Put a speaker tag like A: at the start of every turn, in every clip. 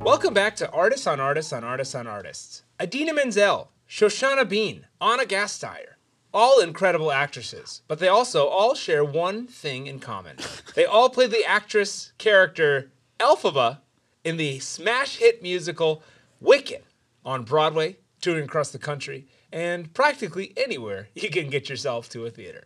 A: Welcome back to Artists on Artists on Artists on Artists. Adina Menzel, Shoshana Bean, Anna Gasteyer. All incredible actresses, but they also all share one thing in common. They all played the actress character Elphaba in the smash hit musical Wicked on Broadway, touring across the country, and practically anywhere you can get yourself to a theater.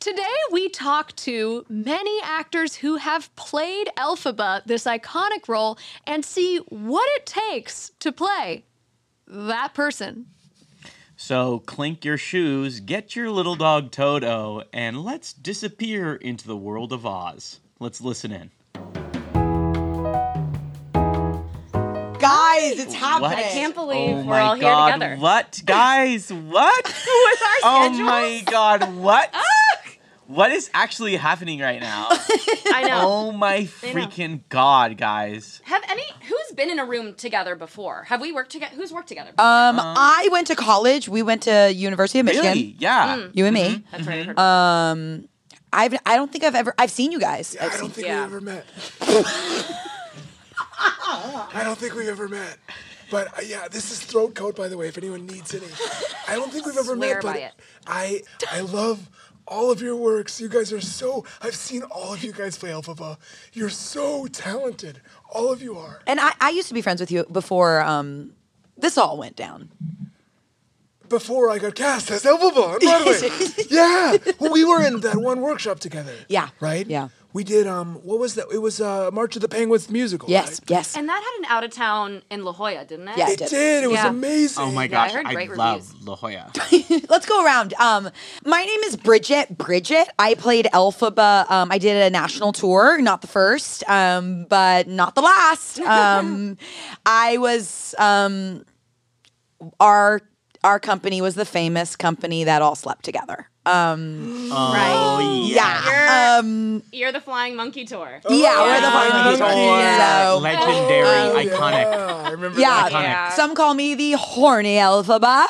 B: Today, we talk to many actors who have played Elphaba, this iconic role, and see what it takes to play that person.
C: So clink your shoes, get your little dog Toto, and let's disappear into the world of Oz. Let's listen in.
D: Guys, it's happening.
C: What?
E: I can't believe
C: oh
E: we're
C: my
E: all
C: god,
E: here together.
C: What? Guys, what?
E: With our
C: oh
E: schedules?
C: my god, what? what is actually happening right now?
E: I know.
C: oh my
E: know.
C: freaking god, guys.
E: Have any who's been in a room together before? Have we worked together? Who's worked together? before?
D: Um, I went to college. We went to University of Michigan.
C: Really? Yeah.
E: Mm.
D: You and me.
E: That's right. I heard.
D: Um, I've I don't think I've ever I've seen you guys. I've
F: I
D: seen-
F: don't think
E: Yeah.
F: we ever met. I don't think we ever met. But uh, yeah, this is throat coat, by the way. If anyone needs any, I don't think we've ever
E: Swear
F: met.
E: by
F: But
E: it.
F: I I love all of your works. You guys are so. I've seen all of you guys play Alphaba. You're so talented. All of you are.
D: and I, I used to be friends with you before um, this all went down.
F: Before I got cast as Alphaba on Broadway. yeah, well, we were in that one workshop together.
D: Yeah.
F: Right.
D: Yeah.
F: We did. Um. What was that? It was uh, March of the Penguins musical.
D: Yes,
F: right?
D: yes.
E: and that had an out of town in La Jolla, didn't it?
D: Yeah,
F: It did. It was
E: Yeah.
F: amazing.
C: Oh my
E: Yeah, I
C: gosh,
E: heard
C: I,
E: great
C: love
E: reviews.
C: La Jolla.
D: Let's go around. Um, my name is Bridget. Bridget. I played Elphaba. Um, I did a national tour, not the first, um, but not the last. Um, I was um, our our company was the famous company that all slept together. Um,
E: Right.
D: yeah,
E: You're,
D: um,
E: you're the Flying Monkey Tour.
D: yeah, we're the fucking
F: yeah. Monkey.
D: So-
C: legendary,
D: Oh,
C: iconic.
F: Yeah, I remember.
D: Yeah.
C: Iconic.
E: Yeah.
D: Some call me the horny Elphaba.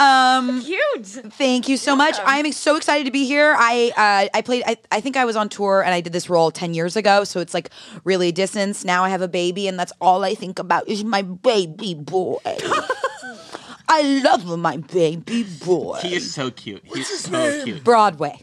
D: Um,
E: Cute.
D: thank you so much. I'm so excited to be here. I uh, I played. I, I think I was on tour and I did this role ten years ago. So it's like really distance. Now I have a baby, and that's all I think about is my baby boy. I love my baby boy.
C: He is so cute. He's
F: his
C: so
F: name?
C: cute.
D: Broadway.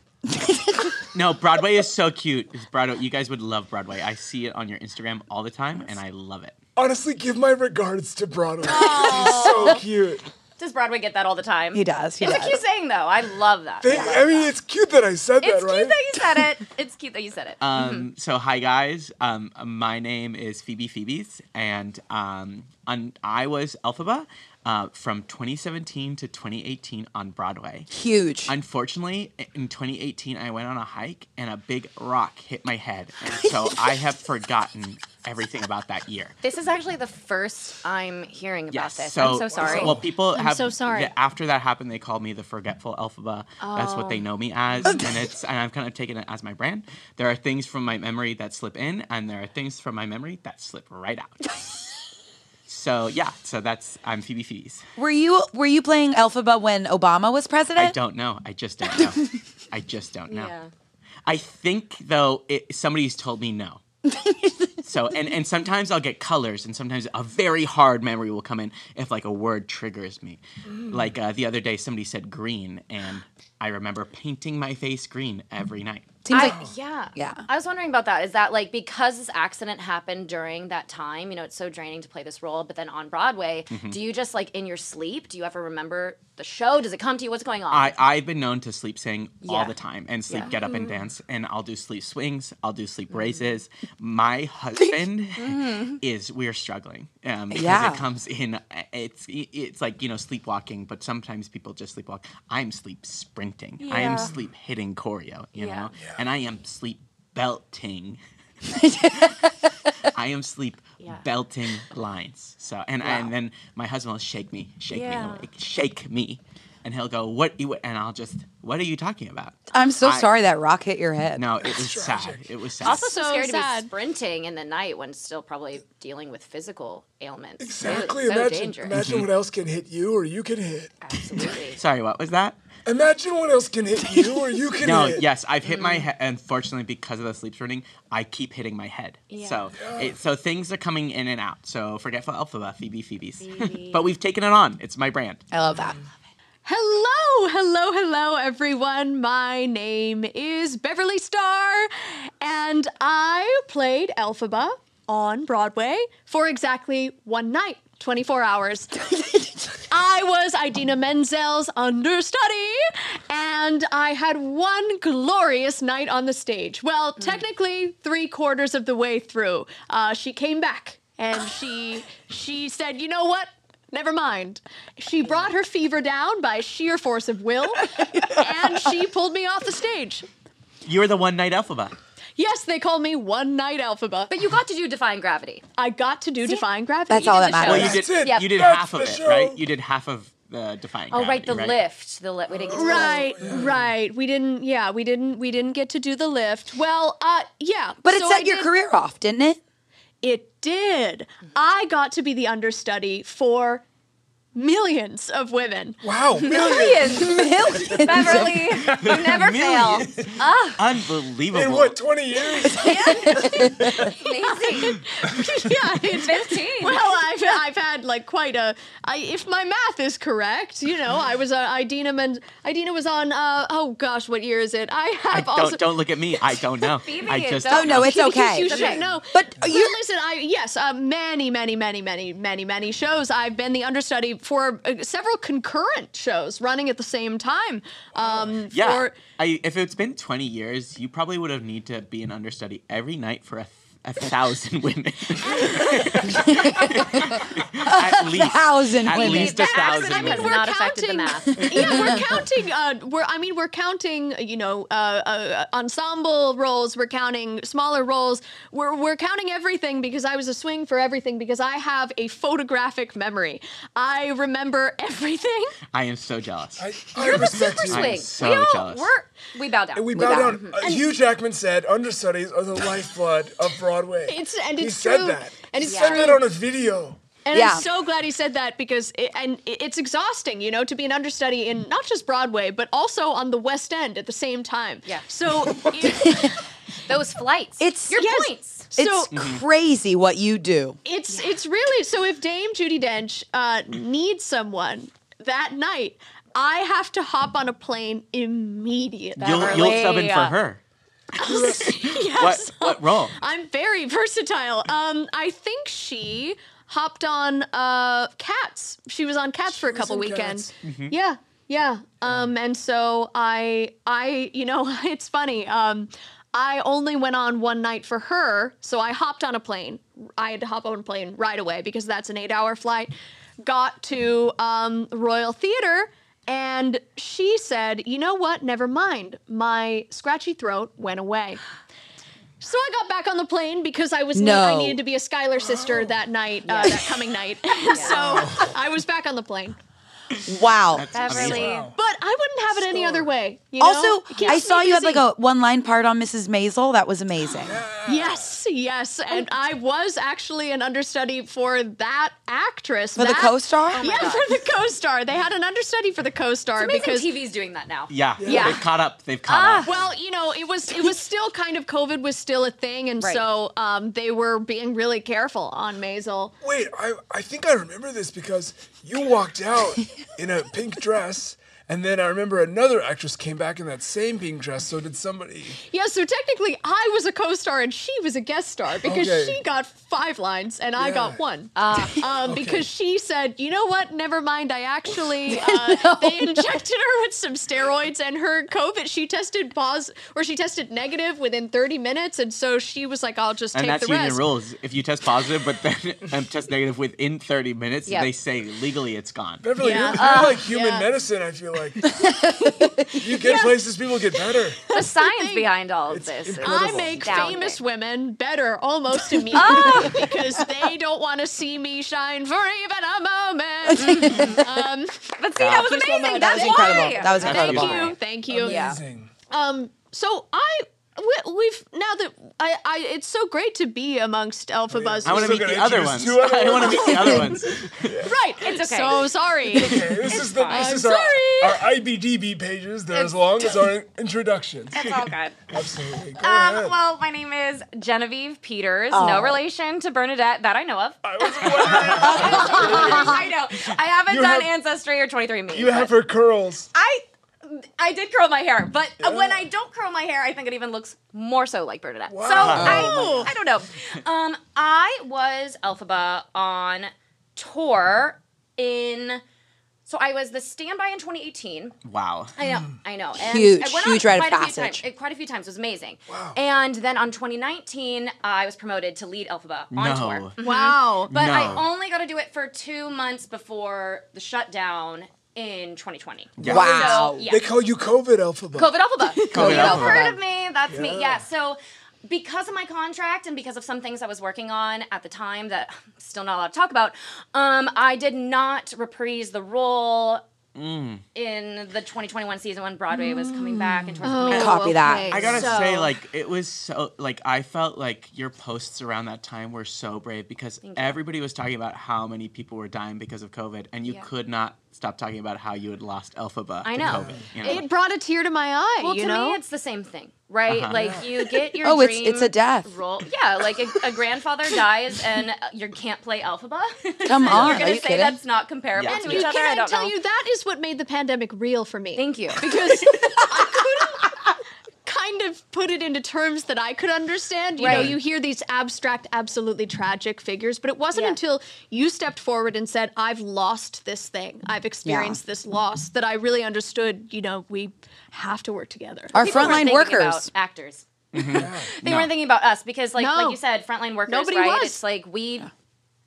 C: No, Broadway is so cute. It's Broadway, you guys would love Broadway. I see it on your Instagram all the time, and I love it.
F: Honestly, give my regards to Broadway. He's so cute.
E: Does Broadway get that all the time?
D: He does. He
E: It's a
D: does.
E: cute saying though. I love that.
F: They,
E: Yeah.
F: I mean, it's cute that I said
E: It's
F: that,
E: cute
F: right?
E: that you said it. It's cute that you said it.
C: Um, so hi guys, um, my name is Phoebe Phoebes, and um, on, I was Elphaba uh, from 2017 to 2018 on Broadway.
D: Huge.
C: Unfortunately, in 2018, I went on a hike and a big rock hit my head, and so I have forgotten everything about that year.
E: this is actually the first I'm hearing about
C: Yes.
E: this.
C: So,
E: I'm so sorry.
C: Well, people
B: I'm
C: have.
B: so sorry.
C: the- after that happened, they called me the forgetful Elphaba. That's what they
E: Oh.
C: know me as, and it's and I've kind of taken it as my brand. There are things from my memory that slip in, and there are things from my memory that slip right out. so yeah, so that's I'm Phoebe Phoebe's.
D: Were you were you playing Elphaba when Obama was president?
C: I don't know. I just don't know. I just don't know.
E: yeah.
C: I think though it, somebody's told me no. so and and sometimes I'll get colors and sometimes a very hard memory will come in if like a word triggers me.
E: Mm.
C: Like uh, the other day somebody said green and I remember painting my face green
E: Mm.
C: every night.
D: Seems
E: I- Oh,
D: like
E: yeah.
D: Yeah.
E: I was wondering about that. Is that like because this accident happened during that time, you know, it's so draining to play this role, but then on Broadway, do you just like in your sleep, do you ever remember the show? Does it come to you? What's going on?
C: I, I've been known to sleep sing all
E: Yeah.
C: the time and sleep
E: Yeah. Mm.
C: get up and dance and I'll do sleep swings, I'll do sleep raises. My husband
E: Mm.
C: is we're struggling. Um because
D: Yeah.
C: it comes in uh, it's it's like, you know, sleepwalking, but sometimes people just sleepwalk. I'm sleep sprinting. I
E: Yeah.
C: am sleep hitting choreo, you
E: Yeah.
C: know? And I am sleep belting. I am sleep
E: Yeah.
C: belting lines. So and I, and then my husband will shake me, shake
E: Yeah.
C: me awake, shake me, and he'll go, "What?" You, and I'll just, "What are you talking about?"
D: I'm so
C: I-
D: sorry that rock hit your head.
C: No, it was sad. It was sad.
E: also so,
B: So
E: scary to
B: sad.
E: be sprinting in the night when still probably dealing with physical ailments.
F: Exactly.
E: So, so
F: imagine
E: dangerous.
F: imagine what else can hit you or you can hit.
E: Absolutely.
C: Sorry, what was that?
F: Imagine what else can hit you or you can
C: No,
F: hit.
C: yes, I've hit
E: Mm-hmm.
C: my head. Unfortunately, because of the sleep running, I keep hitting my head. So, it, so things are coming in and out. So, forgetful alphabet, Phoebe, Phoebe's. but we've taken it on. It's my brand.
E: Uh,
D: I love that.
B: Hello, hello, hello, everyone. My name is Beverly Starr, and I played Elphaba on Broadway for exactly one night, 24 hours. I was Idina Menzel's understudy, and I had one glorious night on the stage. Well,
D: Mm.
B: technically, three quarters of the way through, uh, she came back and she she said, "You know what? Never mind." She brought her fever down by sheer force of will, and she pulled me off the stage.
C: You were the one night alphabet.
B: Yes, they call me One Night Alphaba.
E: But you got to do Defying Gravity.
B: I got to do Defying Gravity.
D: That's all
E: did
D: that
E: the
D: matters.
E: show.
C: Well, you did.
F: That's it.
E: Yep.
C: You did
F: That's
C: half of
F: the
C: it,
F: show.
C: right? You did half of the defying.
E: Oh, right, the
C: Gravity,
E: lift. The lift. We didn't get to the lift.
B: Right, right. We didn't. Yeah, we didn't. We didn't get to do the lift. Well, uh, yeah.
D: But it
B: so
D: set
B: I
D: your
B: did-
D: career off, didn't it?
B: It did. I got to be the understudy for millions of women.
F: Wow. Millions.
E: Millions. Beverly, you never fail.
C: Millions. Unbelievable.
F: In what, 20 years?
E: Amazing.
B: yeah. It,
E: 15.
B: well, I've, I've had like quite a. I, if my math is correct, you know, I was on Idina and Idina was on. Uh, oh gosh, what year is it? I
C: I
B: have
C: don't
B: also.
C: don't look at me. I don't know. I just
E: don't
D: Oh no, it's okay.
B: You
E: okay.
B: should know.
D: But
B: But
D: you-
B: listen, I yes, uh, many, many, many, many, many, many shows. I've been the understudy for uh, several concurrent shows running at the same time. Um,
C: Yeah.
B: for-
C: I, if it's been 20 years, you probably would have need to be an understudy every night for a, th- a thousand women. at least.
D: Thousand
C: At
D: women.
C: least a
E: The
C: thousand
E: accident has
C: women.
E: not affected the math.
B: yeah, we're counting. Uh, we're I mean, we're counting. You know, uh, uh, ensemble roles. We're counting smaller roles. We're we're counting everything because I was a swing for everything because I have a photographic memory. I remember everything.
C: I am so jealous.
F: I, I respect you.
C: I'm
E: Swing.
C: so
E: we all
C: jealous.
E: we're- we bow down.
F: We bow down. Uh, Hugh Jackman said, "Understudies are the lifeblood of Broadway."
B: It's and
F: he
B: it's
F: said
B: true.
F: that.
B: And
F: he
B: it's
F: said
B: true.
F: that on a video.
B: And
D: Yeah.
B: I'm so glad he said that because it, and it- it's exhausting, you know, to be an understudy in not just Broadway but also on the West End at the same time.
E: Yeah.
B: So it-
E: Those flights.
D: It's-
E: your
B: Yes.
E: points.
B: so
D: It's crazy what you do.
B: it's it's really so if Dame Judy Dench uh, needs someone that night, I have to hop on a plane immediately.
C: You'll,
E: Beverly,
C: you'll sub in for
E: uh,
C: her.
B: yes.
C: What, what role?
B: I'm very versatile. Um, I think she hopped on uh, Cats. She was on Cats for a
F: was
B: couple
F: on
B: weekends. Yeah, yeah. Um, and so I, I, you know, it's funny. Um, I only went on one night for her, so I hopped on a plane. I had to hop on a plane right away because that's an eight-hour flight. Got to um, Royal Theater. And she said, you know what? Never mind. My scratchy throat went away. So I got back on the plane because I was
D: No.
B: I needed to be a Skylar
E: Oh.
B: sister that night, uh, that coming night. so I was back on the plane,
D: Wow.
E: Beverly.
B: but I wouldn't have it any other way. you know?
D: Also,
B: It keeps
D: I
B: me
D: saw you had like
B: busy.
D: a one line part on Mrs. Maisel. That was amazing.
B: yes, yes,
E: Oh
B: and I was actually an understudy for that actress
D: For the
B: that-
D: co-star?
E: Oh
B: yeah, for the co-star. They had an understudy for the co-star
E: Amazing Ah.
B: because
E: TV's doing that now.
C: Yeah.
B: Yeah. Ah.
C: They've caught up. They've caught up.
B: Well, you know, it was it was still kind of COVID was still a thing, and
E: Right.
B: so um, they were being really careful on Maisel.
F: Wait, I I think I remember this because you walked out in a pink dress. And then I remember another actress came back in that same pink dress. So did somebody?
B: Yeah, so technically I was a co-star and she was a guest star because
F: Okay.
B: she got five lines and I
F: Yeah.
B: got one. um, Because she said, you know what? Never mind. I actually uh, they injected her with some steroids and her COVID. She tested pos or she tested negative within 30 minutes, and so she was like, I'll just
C: and
B: take
C: that's
B: the
C: union
B: rest.
C: rules. If you test positive, but then um, test negative within 30 minutes,
E: Yep.
C: they say legally it's gone.
F: Beverly,
B: Yeah.
F: you're, you're like human
B: yeah.
F: medicine. I feel like you get places, people get better.
E: The science behind all of
F: It's
E: this. is
B: I
F: Incredible.
B: make
E: astounding.
B: famous women better almost immediately because they don't want to see me shine for even a moment. um,
E: But see, that was
B: Please don't
E: amazing.
B: mind.
E: That's
B: That
D: was incredible.
E: why.
D: That was
E: Thank
D: incredible.
E: you.
B: Thank you. Thank you.
F: Amazing.
B: Um, so I we, we've now that I, I, it's so great to be amongst Alpha Buzz.
C: Oh, I want to meet
F: Still
C: the
F: gonna
C: other ones.
F: introduce two other
C: I want to meet the other ones.
B: right. It's
E: okay.
B: So sorry.
F: Okay, this is the this
B: I'm
F: is our,
B: sorry.
F: our IBDB pages. They're as long as our introduction.
E: It's all good.
F: Absolutely. Go
E: Um,
F: ahead.
E: well, my name is Genevieve Peters. No relation to Bernadette that I know of.
F: I was wondering.
E: I know. I haven't
F: You
E: done
F: have-
E: Ancestry or 23andMe.
F: You have her curls.
E: I I did curl my hair, but when I don't curl my hair, I think it even looks more so like Bernadette.
F: Wow.
E: So
D: Oh.
E: I, I don't know. Um, I was Elphaba on tour in. So I was the standby in 2018.
C: Wow.
E: I know,
F: Mm-hmm.
E: I know. And
D: Huge,
E: I went
D: huge rite
E: on
D: of
E: quite a few
D: passage.
E: times- eh, quite a few times. It was amazing.
F: Wow.
E: And then on 2019, I was promoted to lead Elphaba on
C: No.
E: tour. Mhm.
B: Wow.
E: But
C: No.
E: I only got to do it for two months before the shutdown in 2020.
C: Yeah.
D: Wow.
E: So, yeah.
F: They call you COVID alpha bug.
E: COVID Alphaba.
C: COVID
E: You've
C: Alphaba.
E: heard of me. That's me.
F: Yeah.
E: Yeah. So because of my contract and because of some things I was working on at the time that I'm still not allowed to talk about, um, I did not reprise the role
C: Mm.
E: in the 2021 season when Broadway was coming back in 2021.
D: Oh. Copy that.
B: okay.
C: I gotta
E: So-
C: say, like, it was so like I felt like your posts around that time were so brave because everybody was talking about how many people were dying because of COVID, and you
E: Yeah.
C: could not stop talking about how you had lost Elphaba
E: I
C: to
E: know.
C: COVID. You know?
B: It brought a tear to my eye.
E: Well,
B: you
E: to
B: know?
E: me, it's the same thing, right?
C: Uh-huh.
E: Like you get your
D: Oh, it's-
E: dream
D: it's a death.
E: role. Yeah, like a, a grandfather dies and uh, you can't play Alphaba.
D: Come on,
E: you're gonna
D: are you
E: say
D: kidding?
E: that's not comparable
C: Yeah.
E: to
C: And
E: each
B: Can
E: other.
B: I,
E: don't
B: tell
E: know.
B: you that is what made the pandemic real for me?
E: Thank you.
B: because I couldn't kind of put it into terms that I could understand. You know,
E: Right.
B: you hear these abstract, absolutely tragic figures, but it wasn't
E: Yeah.
B: until you stepped forward and said, I've lost this thing, I've experienced this loss, that I really understood, you know, we have to work together.
D: Our
E: People weren't
D: frontline
E: thinking about
D: workers.
E: actors. they
C: No.
E: weren't thinking about us because, like,
B: No.
E: like you said, frontline workers.
B: Nobody
E: right?
B: was.
E: It's like we,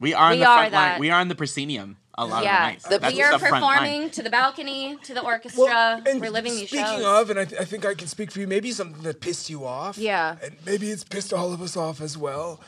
C: we are on
E: we
C: the
E: are
C: front line.
E: that-
C: We are on the proscenium a lot
E: yeah,
C: of the nights.
E: we
C: Oh, That's
E: are
C: the front line.
E: performing to the balcony, to the orchestra.
F: and
E: We're living these
F: speaking
E: shows.
F: of, and I, th- I think I can speak for you. Maybe something that pissed you off.
E: Yeah.
F: And maybe it's pissed all of us off as well.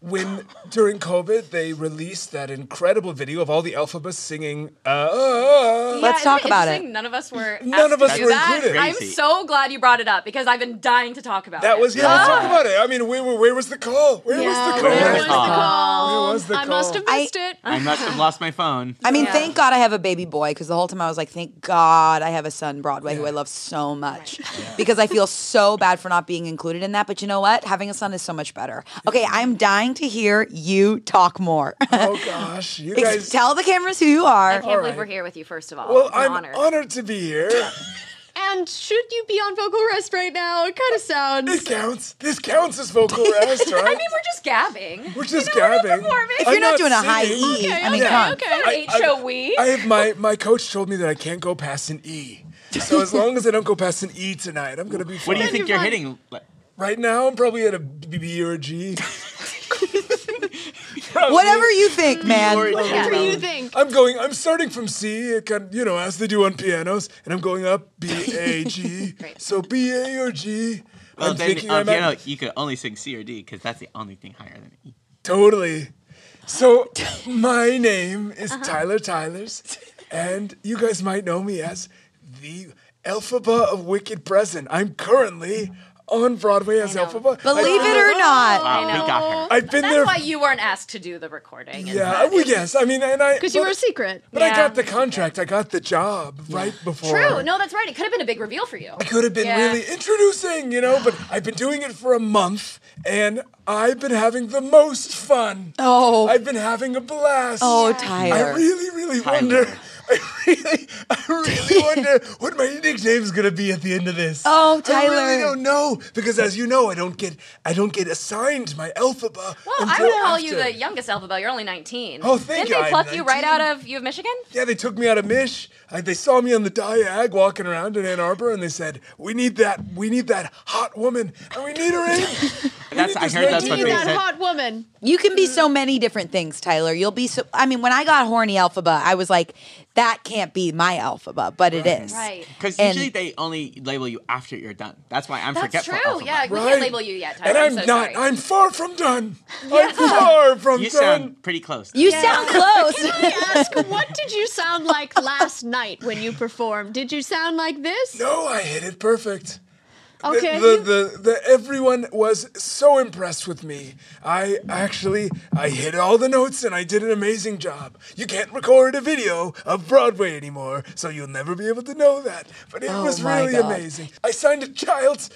F: When during COVID they released that incredible video of all the alphabets singing. Uh, uh,
D: Let's
E: Yeah,
D: talk
E: isn't
D: about it.
E: interesting? None of us were.
F: None
E: asked
F: of
E: to
F: us
E: do
F: were
E: that.
F: included.
E: I'm
C: Crazy.
E: so glad you brought it up because I've been dying to talk about
F: that
E: it.
F: was yeah. Let's talk about it. I mean, where, were- where was the call? Where
B: Yeah,
F: was the call?
B: where was
C: was
B: the
C: the call?
B: call?
F: Where was the
B: I must
F: call?
B: have missed it.
C: I must have lost my phone.
D: I mean, thank God I have a baby boy because the whole time I was like, thank God I have a son, Broadway, who I love so much because I feel so bad for not being included in that. But you know what? Having a son is so much better. Okay, I'm dying to hear you talk more.
F: Oh gosh, you
D: Ex-
F: guys.
D: Tell the cameras who you are.
E: I can't
F: right.
E: believe we're here with you. First of all,
F: well,
E: it's an
F: I'm
E: honor.
F: honored to be here.
B: And should you be on vocal rest right now? It kind of sounds.
F: This counts. This counts as vocal rest, right?
E: I mean, we're just gabbing.
F: we're just
E: you know, we're
F: gabbing.
E: performing.
D: If you're
F: I'm
D: not, doing a high
F: singing.
D: E, I mean,
B: okay,
D: come.
B: okay.
E: An H O we.
F: I have my my coach told me that I can't go past an E. So as long as I don't go past an E tonight, I'm gonna be
C: What
F: fine.
C: do you think
B: you're
C: you're
B: fine.
C: hitting? Like,
F: right now, I'm probably at a B B or a G.
D: Whatever you think, man.
C: George?
B: What do you think?
F: I'm going. I'm starting from C, it kind of- you know, as they do on pianos, and I'm going up B A G.
E: Great.
F: So B A or G.
C: Well,
F: am
C: then
F: thinking
C: on
F: I'm at-
C: piano, you could only sing C or D because that's the only thing higher than E.
F: Totally. So, my name is
E: Uh-huh.
F: Tyler Tylers, and you guys might know me as the Elphaba of Wicked Present. I'm currently on Broadway as
E: know.
F: Elphaba.
D: Believe it or not.
C: Wow, we got her.
F: I've been
E: That's
F: there.
E: why you weren't asked to do the recording. is
F: yeah,
E: that-
F: well, yes. I mean, and I.
B: Because you
F: but-
B: were a secret.
F: But I
E: Yeah.
F: got the contract. I got the job right before.
E: True. No, that's right. It could have been a big reveal for you.
F: could have been
E: Yeah.
F: really introducing, you know, but I've been doing it for a month and I've been having the most fun.
D: Oh.
F: I've been having a blast.
D: Oh,
F: I
D: Tyler.
F: really, really
C: Tyler.
F: wonder. I really, I really wonder what my nickname's gonna be at the end of this.
D: Oh,
F: I really
D: Tyler.
F: don't know because, as you know, I don't get, I don't get assigned my alphabet.
E: Well,
F: until
E: I would call
F: after.
E: you the youngest Elphaba. You're only 19.
F: Oh,
E: Didn't
F: thank you.
E: they
F: I'm
E: pluck you right
F: 19.
E: out of U of Michigan?
F: Yeah, they took me out of Mish. I, they saw me on the Diag walking around in Ann Arbor, and they said, "We need that. We need that hot woman, and we need her in." We
C: That's-
F: need
C: I
F: this
C: heard that's
F: 19
C: what
B: Be
C: they
B: that
C: said-
B: hot woman.
D: You can be so many different things, Tyler. You'll be so. I mean, when I got horny alphaba, I was like, that can't be my alphaba, but it is.
E: Right.
C: Because
D: And-
C: usually they only label you after you're done. That's why I'm
E: That's
C: forgetful.
E: true.
C: alphabet.
E: Yeah, we
F: Right.
E: can't label you yet, Tyler.
F: And I'm
E: so
F: not.
E: sorry.
F: I'm far from done. I'm far from
C: You
F: done.
C: sound pretty close.
D: You sound close.
B: I ask, what did you sound like last night when you performed? Did you sound like this?
F: no, I hit it perfect.
B: Okay.
F: The, the, the, the everyone was so impressed with me. I actually I hit all the notes and I did an amazing job. You can't record a video of Broadway anymore, so you'll never be able to know that. But it was
D: my
F: really
D: God.
F: amazing. I signed a child's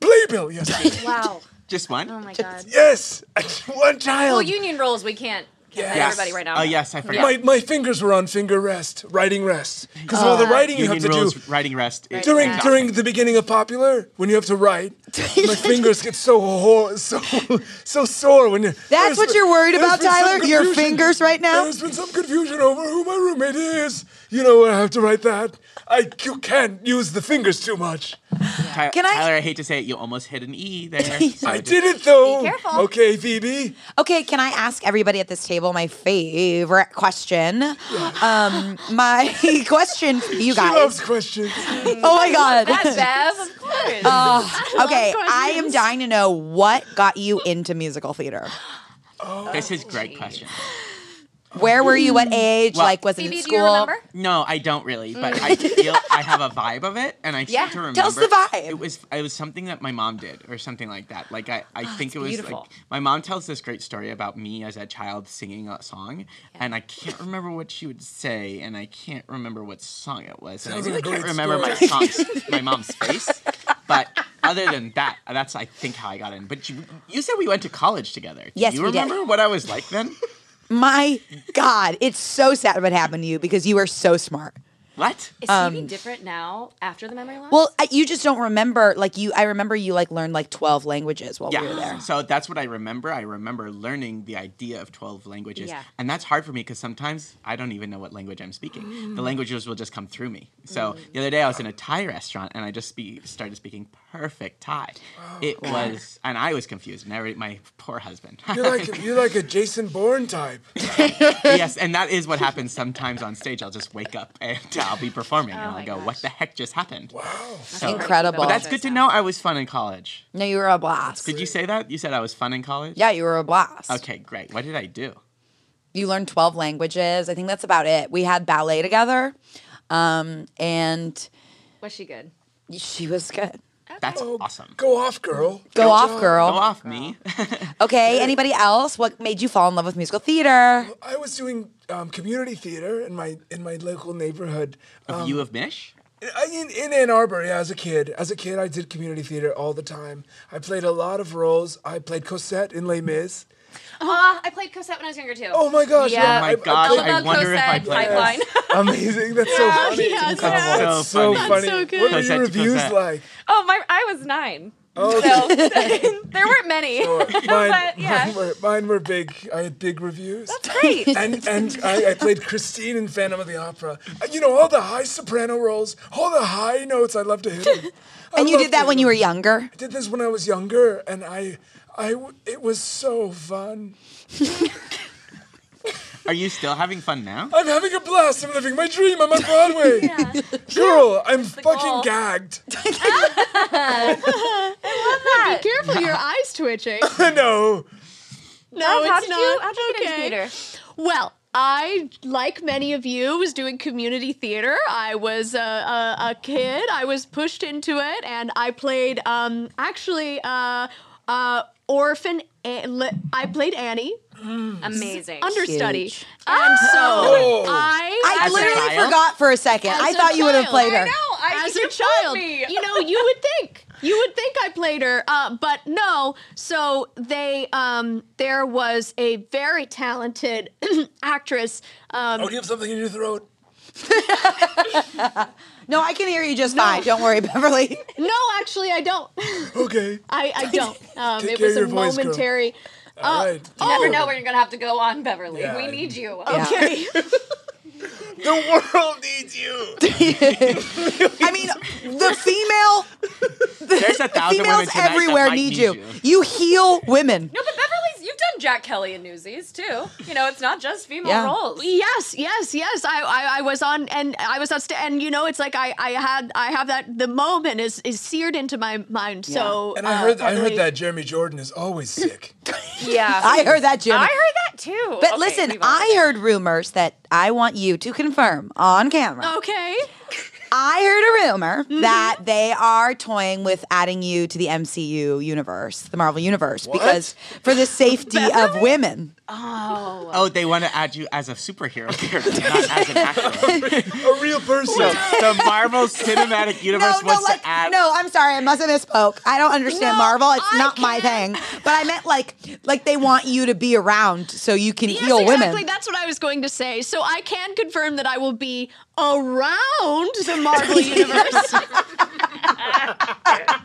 F: playbill yesterday.
E: Wow.
C: Just one?
E: Oh my god.
F: yes, one child.
E: Well, union rules, we can't. Can't let
F: Yes.
E: everybody right now.
C: Oh,
D: Uh,
C: yes, I forgot.
F: my my fingers were on finger rest, writing rest, because of all the writing you
C: Union
F: have to
C: rules,
F: do.
C: writing rest. is
F: During
E: Yeah.
C: exhausting.
F: during the beginning of popular, when you have to write, my fingers get so hor- so so sore when you.
D: That's what you're worried about, Tyler? Your fingers right now?
F: There's been some confusion over who my roommate is. You know, I have to write that. I you can't use the fingers too much.
C: Ty-
D: Can I-
C: Tyler, I hate to say it, you almost hit an E there. So
F: I
C: just-
F: did it though.
E: Be careful.
F: Okay, Phoebe.
D: Okay, can I ask everybody at this table my favorite question? Um, my question for you
F: She loves
D: guys.
F: questions.
D: Oh my god.
E: That Bev, Oh. of course.
D: Okay, I am dying to know what got you into musical theater.
C: This is great question.
D: Where were you? What age?
C: Hmm. Well-
D: like, was it
E: Phoebe,
D: in
E: do
D: school?
E: you remember?
C: No, I don't really, but I feel I have a vibe of it, and I seem
E: Yeah.
C: to remember.
D: Tell us the vibe.
C: It was it was something that my mom did, or something like that. Like I, I
D: Oh,
C: think it was
E: beautiful.
C: like my mom tells this great story about me as a child singing a song, and I can't remember what she would say, and I can't remember what song it was, and I
F: Sounds like
C: really
F: a
C: can't
F: great
C: remember my songs, my mom's face. But other than that, that's I think how I got in. But you, you said we went to college together. Do
D: Yes,
C: you
D: we did.
C: remember what I was like then?
D: My God, it's so sad what happened to you because you were so smart.
C: What?
E: Is Phoebe different now after the memory loss?
D: um, Well, I, you just don't remember. Like you, I remember you like learned like twelve languages while we were there.
C: So that's what I remember. I remember learning the idea of 12 languages.
E: Yeah.
C: And that's hard for me because sometimes I don't even know what language I'm speaking. The languages will just come through me. So the other day I was in a Thai restaurant and I just spe- started speaking perfect Thai. it was, and I was confused. And every, my poor husband.
F: You're like you're like a Jason Bourne type.
C: yes, and that is what happens sometimes on stage. I'll just wake up and I'll be performing and I'll
E: my
C: go,
E: gosh.
C: what the heck just happened?
F: Wow.
C: So,
D: Incredible.
C: But that's good to know I was fun in college.
D: No, you were a blast.
C: Did you say that? You said I was fun in college?
D: Yeah, you were a blast.
C: Okay, great. What did I do?
D: You learned twelve languages. I think that's about it. We had ballet together, um, and
E: Was she good?
D: she was good.
C: That's
D: Oh,
C: awesome.
F: Go off, girl.
D: Go off, girl.
C: Go off me.
D: Okay. Anybody else? What made you fall in love with musical theater?
F: I was doing um, community theater in my in my local neighborhood. Um,
C: you of Mish?
F: I- in, in Ann Arbor, yeah, as a kid, as a kid, I did community theater all the time. I played a lot of roles. I played Cosette in Les Mis.
E: Uh, I played Cosette when I was younger too.
F: Oh my gosh!
D: Uh,
E: Yeah.
C: Oh my
F: I- I
C: gosh,
F: played-
C: I wonder if I
E: Cosette,
C: played
E: Pipeline.
F: amazing! That's so funny.
B: yes,
C: That's
B: yes.
F: That's so
C: funny.
F: funny.
B: so good.
F: What were
C: Cosette
F: your
C: to
F: reviews
C: Cosette.
F: like?
E: Oh my! I was nine.
F: Oh,
E: So there weren't many.
F: mine,
E: yeah.
F: mine, were, mine were big. I had big reviews.
E: Great.
F: and and I, I played Christine in Phantom of the Opera. Uh, You know all the high soprano roles, all the high notes. I love to hit 'em. I
D: And you
F: love
D: did
F: to
D: that when
F: hit
D: you
F: 'em.
D: were younger.
F: did this when I was younger, and I, I, w- it was so fun.
C: Are you still having fun now?
F: I'm having a blast. I'm living my dream. I'm on Broadway. Girl, I'm fucking
E: goal.
F: gagged.
B: Be careful, your eyes twitching.
F: no.
B: No,
E: how
B: it's
E: did
B: not.
E: you? How did you
B: okay.
E: get into theater?
B: Well, I, like many of you, was doing community theater. I was a, a, a kid. I was pushed into it, and I played um, actually uh, uh, orphan. A- li- I played Annie
E: Hmm. Amazing.
B: understudy,
D: Huge.
B: and so
F: Oh.
B: I,
D: I
C: As a
D: literally
C: child?
D: forgot for a second.
B: As
D: I
B: a
D: thought you would have
B: child.
D: played her.
E: I know. I
B: as
E: you
B: a
E: told
B: child.
E: me.
B: You know, you would think. You would think I played her, uh, but no. So they, um, there was a very talented actress. Um,
F: Oh, you have something in your throat.
D: No, I can hear you just fine. Don't worry, Beverly.
B: no, actually, I don't.
F: Okay.
E: Uh,
B: I, I don't. Um,
F: Take
B: it
F: care
B: was
F: of
B: a
F: your voice, girl.
B: momentary.
F: All right. Oh.
E: You never know where you're gonna have to go on, Beverly.
F: Yeah.
E: we need you.
B: Okay.
F: The world needs you.
D: I mean, the female
C: There's a thousand women
D: females
C: tonight that
D: everywhere
C: might
D: need you. You heal women.
E: No, but Beverly's. You've done Jack Kelly and Newsies too. You know, it's not just female
D: Yeah.
E: roles.
B: yes, yes, yes. I, I, I was on, and I was on, sta- and you know, it's like I, I had, I have that. The moment is is seared into my mind. So,
F: And I
B: uh,
F: heard, I heard
B: Beverly-
F: that Jeremy Jordan is always sick.
E: Yeah.
D: I heard that, Jim.
E: I heard that too.
D: But
E: Okay,
D: listen,
E: we've all-
B: Oh.
D: I heard rumors that I want you to confirm on camera
B: Okay.
D: I heard a rumor that they are toying with adding you to the MCU universe, the Marvel universe, because for the safety of women.
C: Oh, they want to add you as a superhero character, not as an actor.
F: A real person.
C: So the Marvel Cinematic Universe wants to add.
D: no, I'm sorry, I must have misspoke. I don't understand
B: No,
D: Marvel. It's
B: I
D: not my thing.
B: can't.
D: But I meant like, like they want you to be around so you can
B: Yes,
D: heal
B: exactly.
D: women.
B: That's what I was going to say. So I can confirm that I will be around the Marvel universe.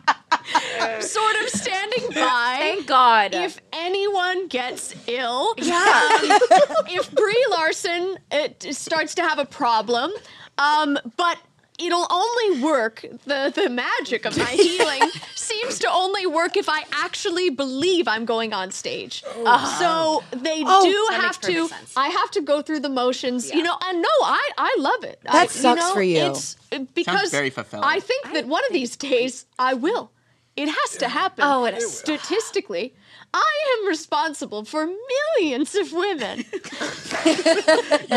B: sort of standing by.
E: Thank God.
B: If anyone gets ill,
E: uh,
B: um,
E: yeah.
B: if Brie Larson it starts to have a problem, um, but it'll only work. The the magic of my healing seems to only work if I actually believe I'm going on stage. Uh, So they
E: Oh, that
B: do
E: makes
B: have to.
E: perfect sense.
B: I have to go through the motions, you
E: Yeah.
B: know. And no, I I love it. That
D: sucks for you.
B: It's uh, because
C: very fulfilling.
B: I think that one of these days I will. It has to happen.
E: Oh, it is.
B: Statistically, I am responsible for millions of women.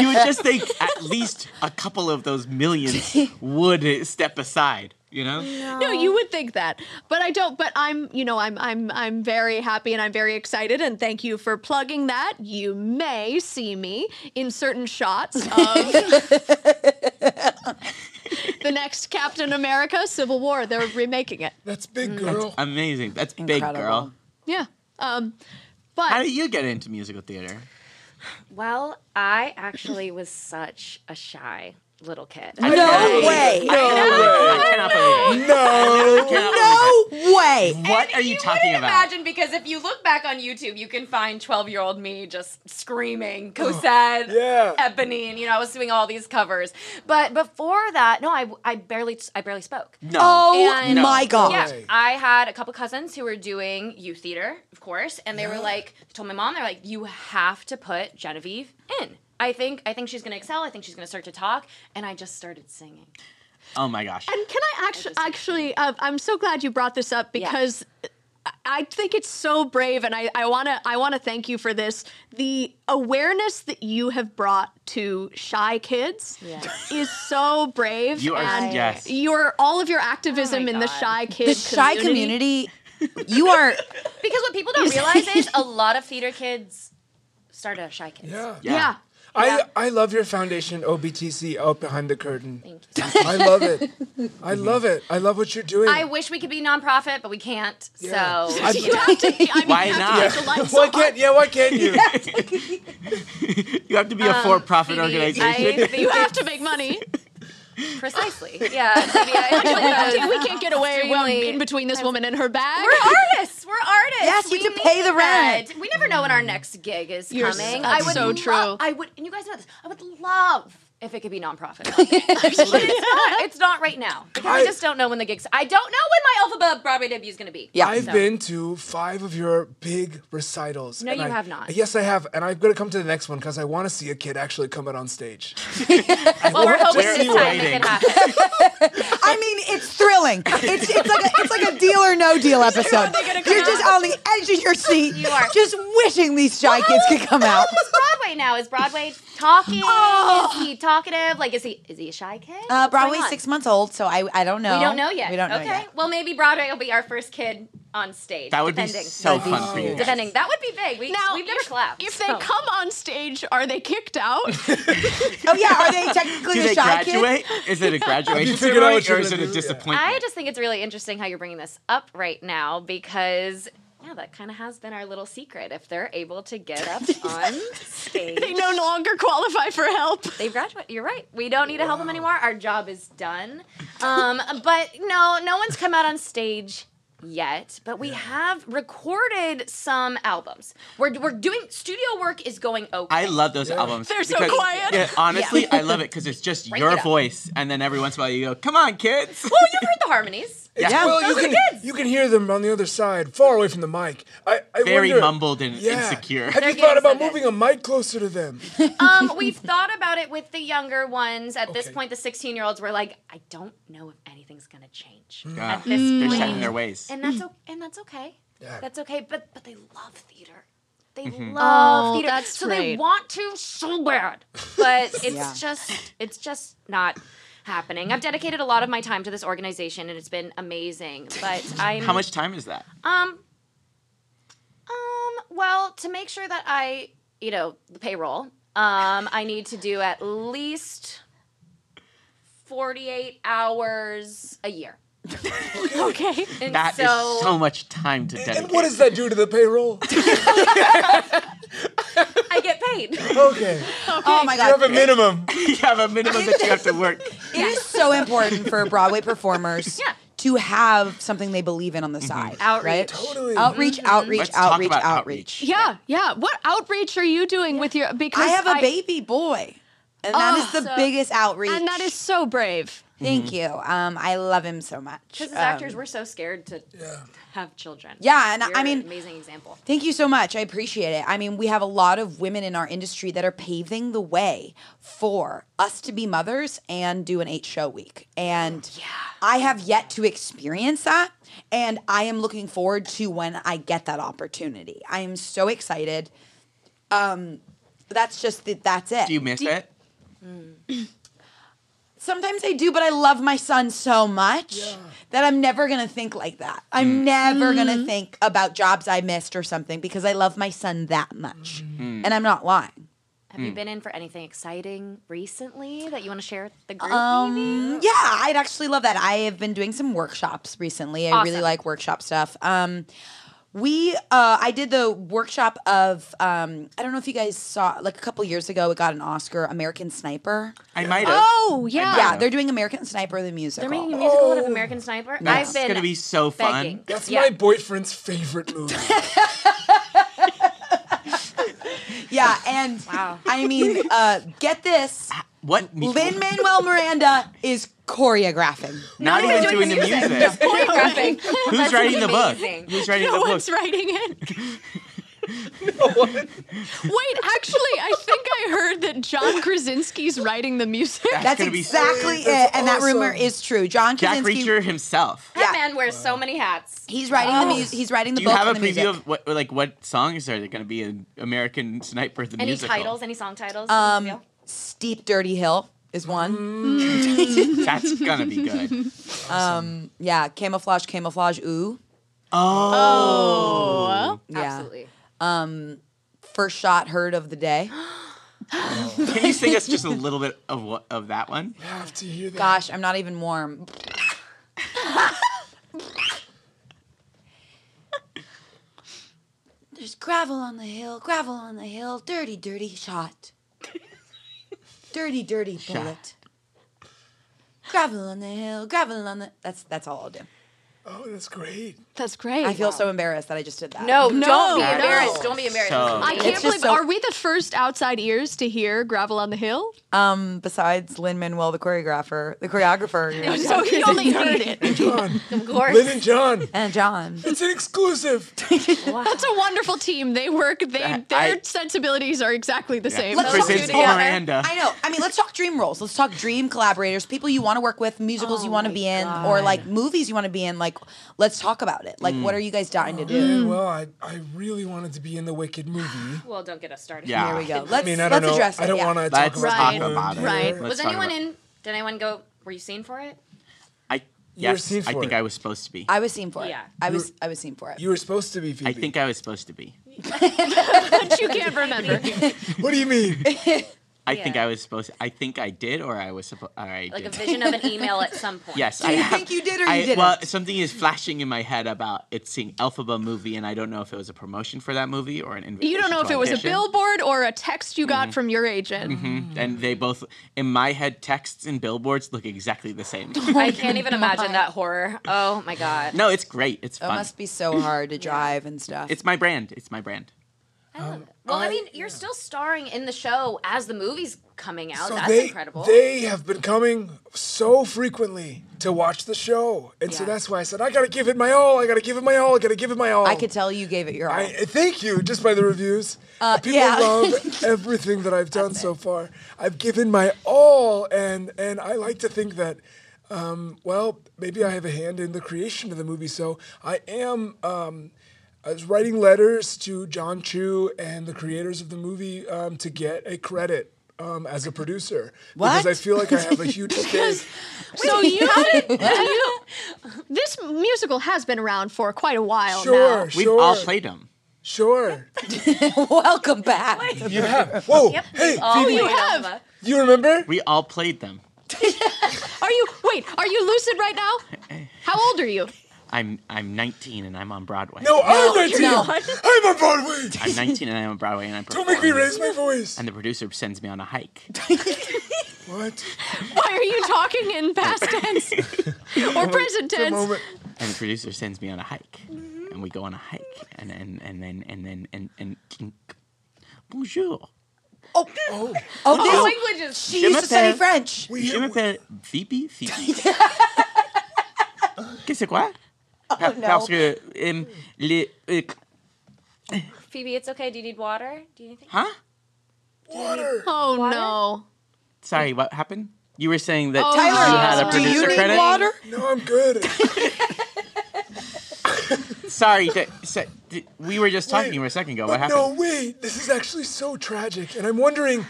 C: You would just think at least a couple of those millions would step aside. You know,
B: no, you would think that, but I don't. But I'm, you know, I'm, I'm, I'm very happy and I'm very excited. And thank you for plugging that. You may see me in certain shots of the next Captain America: Civil War. They're remaking it.
F: That's
E: Mm.
F: big girl.
C: amazing. That's big, girl.
D: Incredible.
B: Yeah. Um,
C: How
B: but
C: did you get into musical theater?
E: Well, I actually was such a shy little kid.
D: No way.
C: I cannot, I cannot believe it. I
F: No.
C: cannot
D: No way.
C: believe it. What are you, talking about?
E: Imagine because if you look back on YouTube, you can find 12 year old me just screaming, Cosette,
F: yeah.
E: Ebony, and you know, I was doing all these covers. But before that, no, I, I barely I barely spoke.
C: No.
D: Oh
E: And-
D: my god.
E: Yeah,
F: Right.
E: I had a couple cousins who were doing youth theater, of course, and they were like, told my mom, they're like, you have to put Genevieve in. I think I think she's gonna excel. I think she's gonna start to talk, and I just started singing.
C: Oh my gosh.
B: And can I actually, actually, uh, I'm so glad you brought this up because I- I think it's so brave, and I, I wanna, I wanna thank you for this. The awareness that you have brought to shy kids is so brave.
C: You are-
B: and
C: yes.
B: Your all of your activism
E: Oh my
B: in the
E: God.
B: shy kid,
D: The shy community, you are
E: Because what people don't realize is a lot of theater kids started as shy kids.
F: Yeah.
B: Yeah.
F: I, I love your foundation, OBTC, out behind the curtain.
E: Thank you.
F: I love it. I love it. I love what you're doing.
E: I wish we could be nonprofit, but we can't.
F: Yeah.
E: So
F: I-
B: You have to. I mean,
C: Why
B: you have
C: not?
B: To keep the lights
F: why
B: on.
F: can't yeah? Why can't you?
C: You have to be a for-profit
E: Phoebe,
C: organization.
E: I think
B: You have to make money.
E: precisely. Yeah. Phoebe, I feel
B: I
E: like
B: think we can't get away well,
E: Extremely-
B: in between this woman and her bag.
E: We're artists. We're artists.
D: Yes, we have to pay
E: need
D: the rent.
E: that. We never know when our next gig is
B: You're
E: coming.
B: so-
E: I would
B: so
E: lo-
B: true.
E: I would, and you guys know this. I would love if it could be nonprofit. but it's not. It's not right now because I,
F: I-
E: just don't know when the gigs. I don't know when my Alphaba Broadway debut is going to be.
D: Yeah.
F: I've
E: So-
F: been to five of your big recitals.
E: No,
F: and
E: you
F: I-
E: have not.
F: Yes, I have, and I'm gonna come to the next one because I want to see a kid actually come out on stage.
E: Well, we're hoping
C: Where
E: this
C: are you
E: time make
C: waiting?
E: it happen.
D: I mean, it's thrilling. It's it's like a, it's like a deal or no deal episode. You're just on the edge of your seat.
E: You are.
D: just wishing these shy kids could come out. Oh.
E: What's Broadway now? Is Broadway talking? Is he talkative? Like, is he is he a shy
D: Uh,
E: kid? What's going
D: Broadway's
E: on?
D: six months old, so I I don't know.
E: We don't know yet.
D: We don't
E: okay.
D: know yet.
E: Well, maybe Broadway will be our first kid on stage.
C: That would be
E: depending.
C: so
D: That'd be
C: fun for you.
D: huge.
C: guys.
E: Depending. That would be big. We,
B: Now,
E: we've never
B: if,
E: clapped.
B: if they
E: so.
B: come on stage, are they kicked out?
D: Oh yeah, are they technically
C: Do
D: a
C: they
D: shy kid?
C: graduate? Is it a graduation
F: figured out
C: ceremony
F: what you're
C: or is it
F: gonna
C: a
F: do? Yeah.
C: disappointment?
E: I just think it's really interesting how you're bringing this up right now because, yeah, that kind of has been our little secret. If they're able to get up on
B: they
E: stage,
B: no longer qualify for help.
E: they graduate. You're right. We don't need to help them anymore. Our job is done. Um, but no, no one's come out on stage yet but we have recorded some albums we're, we're doing studio work is going okay
C: I love those albums.
B: They're so quiet.
C: yeah, honestly, I love it because it's just
E: it
C: your
E: up.
C: voice, and then every once in a while you go, "Come on, kids!"
E: oh you've heard the harmonies
C: Yeah.
F: well,
E: Those
F: you
E: are
F: can
E: the kids.
F: you can hear them on the other side, far away from the mic. I, I
C: Very
F: wonder-
C: mumbled and insecure.
F: Have
E: They're
F: you thought
E: getting
F: about
E: so good.
F: moving a mic closer to them?
E: Um, we've thought about it with the younger ones. At this
F: Okay.
E: point, the 16 year olds were like, I don't know if anything's going to change.
C: Yeah.
E: At this
C: They're
E: point.
C: set in their ways.
E: And that's, o- and that's okay.
F: Yeah.
E: That's okay. But, but they love theater. They
C: Mm-hmm.
E: love
B: Oh,
E: theater.
B: that's
E: so they
B: great.
E: want to so bad. But it's
D: Yeah.
E: just, it's just not happening. I've dedicated a lot of my time to this organization, and it's been amazing. But I'm
C: How much time is that?
E: um um well to make sure that I you know the payroll um I need to do at least forty eight hours a year.
B: Okay.
E: And
C: That is so,
E: so,
C: much time to dedicate.
F: And what does that do to the payroll?
E: I get paid.
F: Okay.
D: Oh my
F: You have
D: god.
F: a minimum.
C: you have a minimum that you have to work.
D: It is so important for Broadway performers
E: Yeah.
D: to have something they believe in on the side.
E: Outreach.
D: Right?
F: Totally.
E: Oh,
D: Outreach, outreach,
C: Mm-hmm. Let's talk
D: outreach,
C: about
D: outreach.
B: Yeah, yeah. What outreach are you doing with your? Because
D: I Oh, have a
B: a
D: baby boy. And that is the biggest outreach.
B: and that is so brave.
C: Mm-hmm.
D: Thank you. Um, I love him so much.
E: Because
D: Um,
E: as actors, we're so scared to have children.
D: Yeah, and I-
E: You're
D: I mean-
E: an amazing example.
D: Thank you so much. I appreciate it. I mean, we have a lot of women in our industry that are paving the way for us to be mothers and do an eight show week. And I have yet to experience that. And I am looking forward to when I get that opportunity. I am so excited. Um, that's just the, that's it.
C: Do you miss it?
D: Sometimes I do, but I love my son so much that I'm never gonna think like that. I'm never
E: Mm-hmm.
D: gonna think about jobs I missed or something because I love my son that much. And I'm not lying.
E: Have
C: Hmm.
E: you been in for anything exciting recently that you want to share with the group?
D: Um, yeah, I'd actually love that. I have been doing some workshops recently. I really
E: Awesome.
D: like workshop stuff. Um, we, uh, I did the workshop of, um, I don't know if you guys saw, like a couple years ago, it got an Oscar, American Sniper.
C: I might have.
B: Oh yeah.
D: Yeah, Oh. they're doing American Sniper the musical.
E: They're making a musical out of American Sniper.
C: That's
E: I've been
C: gonna be so fun.
E: begging.
F: That's
E: Yeah.
F: my boyfriend's favorite movie.
D: Yeah, and
E: Wow.
D: I mean, uh, get this.
C: What?
D: Lin Manuel Miranda is choreographing.
C: Not even doing the music.
E: choreographing.
C: Who's writing the book?
E: amazing.
C: Who's writing
B: No
C: the book?
B: one's writing it. Wait, actually, I think I heard that John Krasinski's writing the music.
C: That's,
D: That's
C: gonna be
D: exactly
F: That's
D: it, and that rumor
F: awesome.
D: is true. John
C: Jack
D: Krasinski,
C: Reacher himself.
E: That man wears so many hats.
D: he's writing the music. He's writing the
C: Do you
D: book.
C: have a
D: and the
C: preview
D: music.
C: of what, like, what songs are going to be in American Sniper the
E: Any
C: musical?
E: titles? Any song titles?
D: um, Steep Dirty Hill is
C: Mm-hmm.
D: one.
C: That's gonna be good.
D: Um, yeah, camouflage, camouflage. Ooh,
C: Oh,
D: yeah.
E: Absolutely.
D: First shot heard of the day.
C: can you sing us just a little bit of what, of that one?
F: I have to hear that.
D: Gosh, I'm not even warm. There's gravel on the hill, gravel on the hill, dirty, dirty shot. Dirty, dirty bullet. Gravel on the hill, gravel on the. That's that's all I'll do.
F: Oh, that's great.
B: That's great.
D: I feel so embarrassed that I just did that.
E: No, don't be
B: no.
E: embarrassed. Don't be embarrassed.
C: So-
B: I
D: It's
B: can't
D: just
B: believe.
D: so-
B: Are we the first outside ears to hear "Gravel on the Hill"?
D: Um, besides Lin Manuel, the choreographer, the choreographer,
B: So he only heard it.
F: John.
E: Of course.
F: Lynn and John.
D: and John.
F: It's an exclusive.
B: That's a wonderful team. They work. They
C: I-
B: their
C: I-
B: sensibilities are exactly the same.
D: Let's
B: Those
D: talk
B: two
C: Krasinski
B: together.
C: Miranda.
D: I know. I mean, let's talk dream roles. Let's talk dream collaborators, people you want to work with, musicals you want to be in, or like movies you want to be in. Like, let's talk about it. Like, what are you guys dying to do?
F: Yeah, well, I, I really wanted to be in the Wicked movie.
E: Well, don't get us started.
C: Yeah.
D: Here we go. Let's,
F: I mean, I don't
D: let's
F: know.
D: address it.
F: I don't
D: yeah.
F: want to talk
C: Let's
F: about
B: talk
F: that one
C: about it.
B: Right.
F: there.
C: Let's
E: Was
C: talk
E: anyone
C: about-
E: in? Did anyone go? Were you seen for it?
C: I
F: were
C: yes,
F: seen
C: I
F: for
C: think
F: it.
C: I was supposed to be. I,
D: I was seen for it.
E: Yeah.
D: I was. I was seen for it.
F: You were supposed to be Phoebe.
C: think I was supposed to be.
B: But you can't remember.
F: What do you mean?
C: I think
E: Yeah.
C: I was supposed. I think I did, or I was supposed. Or I
E: Like a
C: did.
E: vision of an email at some point.
C: Yes,
D: Do
C: I
D: you
C: have-
D: think you did or you
C: I-
D: didn't?
C: Well, something is flashing in my head about it seeing Alphaba movie, and I don't know if it was a promotion for that movie or an invitation.
B: You don't know
C: to
B: if it was a
C: audition.
B: billboard or a text you got from your agent.
C: Mhm. And they both, in my head, texts and billboards look exactly the same.
E: I can't even imagine that horror. Oh my god.
C: no, it's great. It's
D: It
C: fun.
D: must be so hard to drive and stuff.
C: It's my brand. It's my brand.
E: I love it. Well, I,
F: I-
E: mean, you're still starring in the show as the movie's coming
D: Oh,
E: out.
F: So
E: That's
F: they,
E: incredible.
F: They have been coming so frequently to watch the show. And so
E: Yeah.
F: that's why I said, I got to give it my all. I got to give it my all. I got to give it my all.
D: I could tell you gave it your all.
F: oh. I, I thank you just by the reviews.
D: Uh,
F: People
D: yeah.
F: love everything that I've done so far. I've given my all, and and I like to think that, um, well, maybe I have a hand in the creation of the movie. So I am. Um, I was writing letters to John Chu and the creators of the movie um, to get a credit um, as a producer
D: What?
F: because I feel like I have a huge stake.
B: So you, you this musical has been around for quite a
D: Oh,
B: while
F: Sure,
B: now.
C: We've
F: sure,
C: all played them.
F: sure.
D: Welcome back.
F: You have. Whoa, hey,
E: Oh,
F: Phoebe,
B: you
E: wait,
B: have.
E: Alpha.
F: you remember?
C: We all played them.
B: Are you wait, are you lucid right now? How old are you?
C: I'm I'm 19 and I'm on Broadway.
F: No, I'm 19.
D: no. Oh,
F: I'm on Broadway.
C: I'm 19 and I'm on Broadway and I
F: Don't make me
C: perform.
F: raise my voice.
C: And the producer sends me on a hike.
F: What?
B: Why are you talking in past tense or present
F: The
B: tense?
F: moment.
C: and the producer sends me on a hike, and we go on a hike, and and and then and then and and, and bonjour.
D: Oh, oh, oh, this,
E: Languages.
D: she used to study French.
C: Je m'appelle Phoebe Phoebe. Qu'est-ce que quoi?
F: Oh,
C: Pa-
D: no.
C: Parce que um, les euh,
E: Phoebe, it's okay. Do you need water? Do you need anything?
C: huh?
F: Water.
B: Oh no.
C: Sorry, what happened? You were saying that
B: Oh,
C: you
B: Tyler,
C: had a
B: sorry.
D: do you
C: producer
D: need
C: credit.
D: water?
F: No, I'm good.
C: Sorry, that, so, d- we were just talking
F: Wait,
C: you were a second ago. What
F: But
C: happened?
F: no, wait. This is actually so tragic, and I'm wondering.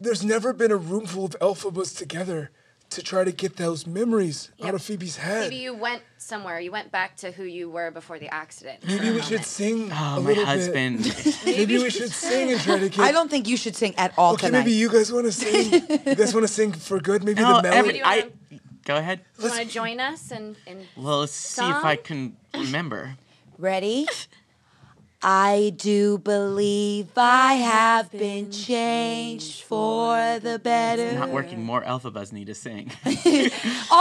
F: There's never been a room full of alphabets together to try to get those memories out of Phoebe's head.
E: Maybe you went somewhere. You went back to who you were before the accident.
F: Maybe we should sing
C: oh,
F: a
C: my
F: little
C: husband.
F: bit. Maybe we should sing and try to get.
D: I don't think you should sing at all
F: okay,
D: tonight.
F: maybe you guys want to sing. You guys want to sing for good? Maybe
C: no,
F: the melody.
C: every, I go ahead.
E: You want to join us and, and
C: Well, let's see if I
E: Song?
C: can remember.
D: Ready? I do believe I have been changed for the better.
C: Not working.
F: Uh.
C: More alphabets need to sing.
D: All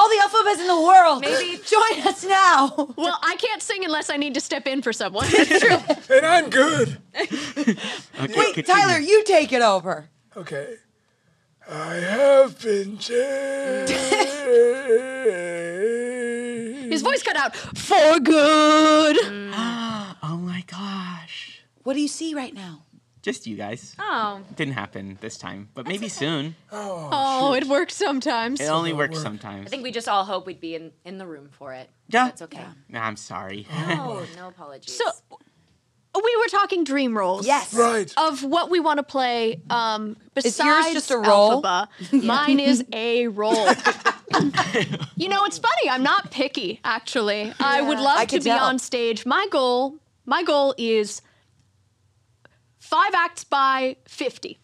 D: the alphabets in the world.
E: Maybe-
D: join us now.
B: Well, I can't sing unless I need to step in for someone.
F: and I'm good.
C: Okay,
D: Wait,
C: continue.
D: Tyler, you take it over.
F: Okay. I have been changed.
B: His voice cut out for good.
C: Oh my gosh.
D: What do you see right now?
C: Just you guys.
E: oh,
C: Didn't happen this time, but maybe soon.
B: Oh, it works sometimes.
C: It only works sometimes.
E: I think we just all hope we'd be in, in the room for it.
C: Yeah. Oh.
E: That's okay.
C: Nah, I'm sorry.
E: No, no apologies.
B: So we were talking dream roles.
D: Yes.
F: Right.
B: Of what we want to play, um, besides
D: yours just a role?
B: Alphaba, mine is a role. you know, it's funny. I'm not picky, actually. I would love
D: I
B: to
D: could
B: be
D: tell.
B: on stage. My goal, my goal is five acts by fifty.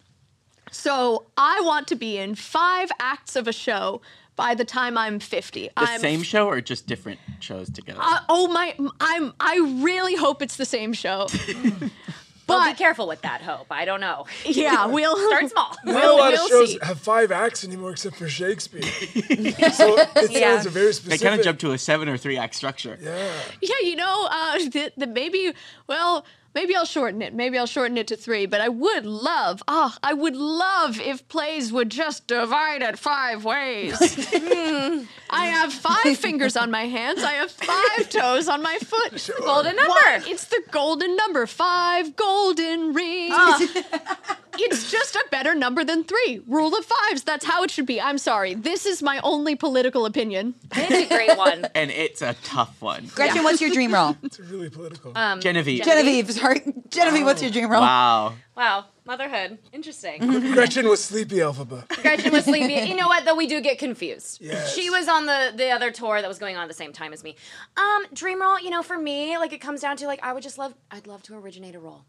B: So I want to be in five acts of a show by the time I'm fifty.
C: the
B: I'm
C: same show or just different shows together?
B: uh, oh my! I'm. I really hope it's the same show.
E: Well, be
B: but
E: careful with that hope. I don't know.
B: yeah, we'll
E: Start small.
F: Not a lot of
B: we'll
F: shows
B: oh, see.
F: have five acts anymore except for Shakespeare. so it
E: Yeah.
F: sounds very
C: they
F: specific.
C: kind of jumped to a seven or three act structure.
F: Yeah.
B: Yeah, you know, uh, the, the maybe. Well, maybe I'll shorten it. Maybe I'll shorten it to three. But I would love. Ah, I would love if plays would just divide it five ways. Hmm. I have five fingers on my hands. I have five toes on my foot.
E: Golden number.
B: Why? It's the golden number. Five golden rings. it's just a better number than three. Rule of fives. That's how it should be. I'm sorry. This is my only political opinion.
E: It's a great one.
C: And it's a tough one.
D: Gretchen, what's your dream role?
F: It's really political.
E: Um,
C: Genevieve.
D: Genevieve, sorry. Genevieve, what's your
C: Oh.
D: dream role?
C: wow.
E: Wow, motherhood. Interesting.
D: Mm-hmm.
F: Gretchen was sleepy alphabet.
E: Gretchen was sleepy. You know what? Though we do get confused.
F: Yes.
E: She was on the the other tour that was going on at the same time as me. Um, dream role. You know, for me, like it comes down to like I would just love. I'd love to originate a role.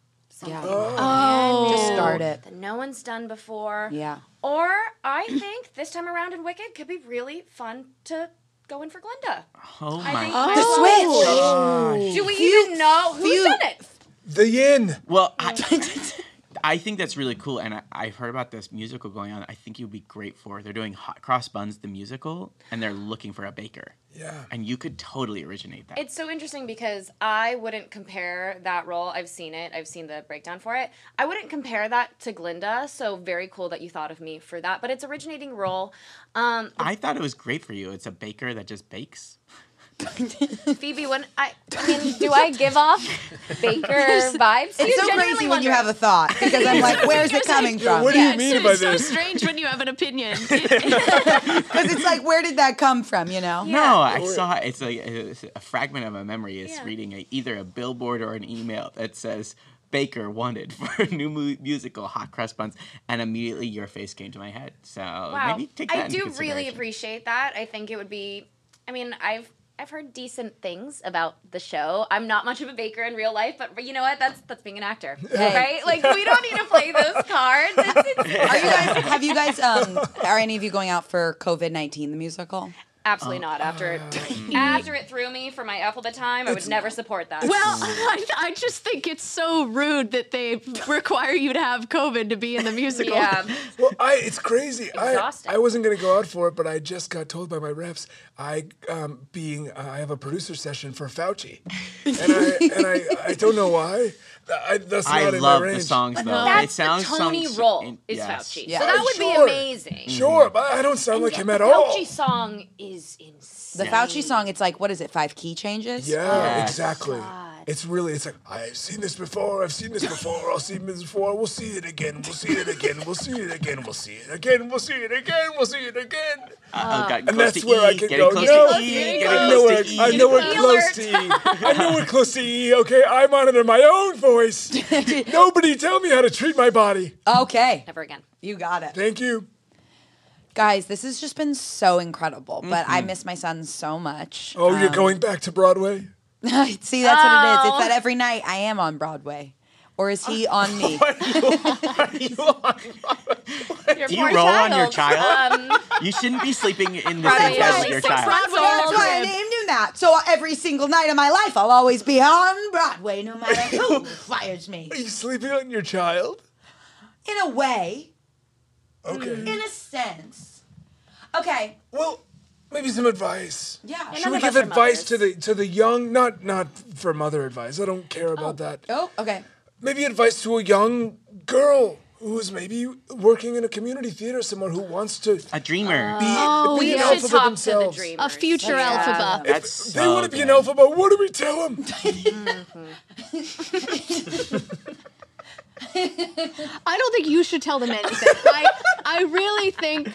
D: Yeah.
E: Oh,
D: Just start it.
E: That no one's done before.
D: Yeah.
E: Or I think this time around in Wicked could be really fun to go in for Glinda.
C: Oh
E: I
C: my.
E: think
D: The switch.
E: Do we even know who's
D: phew.
E: done it?
F: The yin.
C: Well, I, I think that's really cool, and I, I've heard about this musical going on. I think you'd be great for. They're doing Hot Cross Buns the musical, and they're looking for a baker,
F: Yeah.
C: and you could totally originate that.
E: It's so interesting because I wouldn't compare that role. I've seen it. I've seen the breakdown for it. I wouldn't compare that to Glinda. So very cool that you thought of me for that. But it's originating role. Um,
C: I thought it was great for you. It's a baker that just bakes.
E: Phoebe, when I, I mean, do I give off Baker vibes?
D: It's so crazy when you have a thought because I'm like, where's it coming from?
F: What do you
B: it's,
F: mean by
B: it's so
F: this?
B: strange when you have an opinion.
D: Because it's like, where did that come from, you know?
C: No, I saw it's like a, a fragment of my memory is
E: Yeah.
C: reading a, either a billboard or an email that says Baker wanted for a new mu- musical, Hot Cross Buns, and immediately your face came to my head. So
E: Wow.
C: maybe take that
E: I
C: into
E: do really
C: consideration.
E: appreciate that. I think it would be I mean, I've I've heard decent things about the show. I'm not much of a baker in real life, but you know what? That's that's being an actor. Right? Like we don't need to play those cards. It's, it's
D: Are you guys? Have you guys? Um, are any of you going out for COVID nineteen the musical?
E: absolutely not after it after it threw me for my alphabet time. I would never support that.
B: Well, I, I just think it's so rude that they require you to have COVID to be in the musical.
E: yeah.
F: Well, I it's crazy. I,
E: Exhausting.
F: I wasn't gonna go out for it, but I just got told by my reps I um, being uh, I have a producer session for Fauci, and I and I, I don't know why. I, that's not
C: I
F: in
C: love
F: my range.
C: the songs though.
E: That's
C: it sounds
E: the Tony
C: sounds,
E: role is
C: yes. Mm.
E: Fauci.
D: Yeah.
E: So that would
F: Sure.
E: be amazing.
F: Sure, but I don't sound like him
E: the
F: at all.
E: Fauci song is
D: The
E: insane.
D: Fauci song. It's like what is it? Five key changes.
F: Yeah,
C: Yes.
F: exactly. It's really, it's like, I've seen this before, I've seen this before, I'll see this before, we'll see it again, we'll see it again, we'll see it again, we'll see it again, we'll see it again, we'll see it again.
C: Uh, got
F: And
C: close
F: that's
C: to
F: where I
C: E,
F: can
C: getting
F: go.
C: close
F: No,
C: to
F: I
C: E,
F: I
C: getting
F: know
C: close
F: we're,
C: to E.
F: I know we're
E: Alert.
F: close to E. I know we're close to E, okay? I monitor my own voice. Nobody tell me how to treat my body.
D: Okay,
E: Never again.
D: you got it,
F: Thank you.
D: guys. This has just been so incredible. But I miss my son so much. Um,
F: Oh, you're going back to Broadway?
D: See, that's what it is. It's that every night I am on Broadway, or is he on me?
C: Do you roll on your child?
E: Um,
C: you shouldn't be sleeping in the same
E: Probably
C: bed
E: at
C: as
E: least
C: your
E: six
C: child.
B: Broadway
D: That's
B: old
D: why I
B: man.
D: named him that. So every single night of my life, I'll always be on Broadway, no matter who fires me.
F: Are you sleeping on your child?
D: In a way,
F: Okay.
D: in a sense. Okay.
F: Well, maybe some advice.
D: Yeah.
F: Should we
E: None of
F: give
E: us are
F: advice to the
E: mothers.
F: to the young? Not not for mother advice. I don't care about that.
D: Oh, okay.
F: Maybe advice to a young girl who is maybe working in a community theater somewhere who wants to be,
C: A dreamer.
F: be
B: you
F: an
B: should
F: alpha
E: talk
F: themselves.
E: to the dreamers.
B: A future
E: Yeah.
B: alphabet.
C: That's
F: If
C: so
F: they want to be an
C: good.
F: alpha, but what do we tell them?
B: I don't think you should tell them anything. I, I really think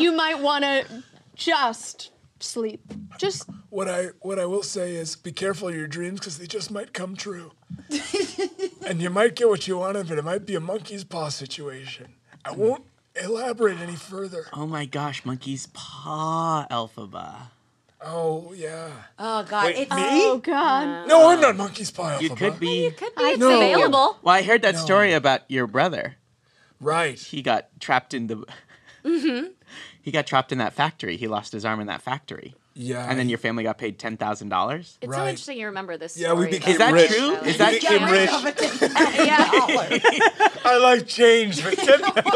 B: you might want to just sleep. Just
F: what I what I will say is be careful of your dreams because they just might come true, and you might get what you want of it. It might be a monkey's paw situation. I won't elaborate any further.
C: Oh my gosh, monkey's paw alphaba.
F: Oh yeah.
D: Oh God. it's
B: oh god.
F: No, I'm not monkey's paw.
C: You
F: Alphaba.
C: could be.
B: It's
F: No.
B: available.
C: Well, I heard that story about your brother.
F: Right.
C: He got trapped in the. He got trapped in that factory. He lost his arm in that factory.
F: Yeah.
C: And then your family got paid ten thousand dollars.
E: It's so
F: Right.
E: interesting you remember this.
F: Yeah, we
E: story,
F: became
C: Is that
F: rich.
C: true? Is
E: Is
C: that
D: Get
C: true?
D: rid
F: Rich.
D: of it. yeah.
F: I like change, but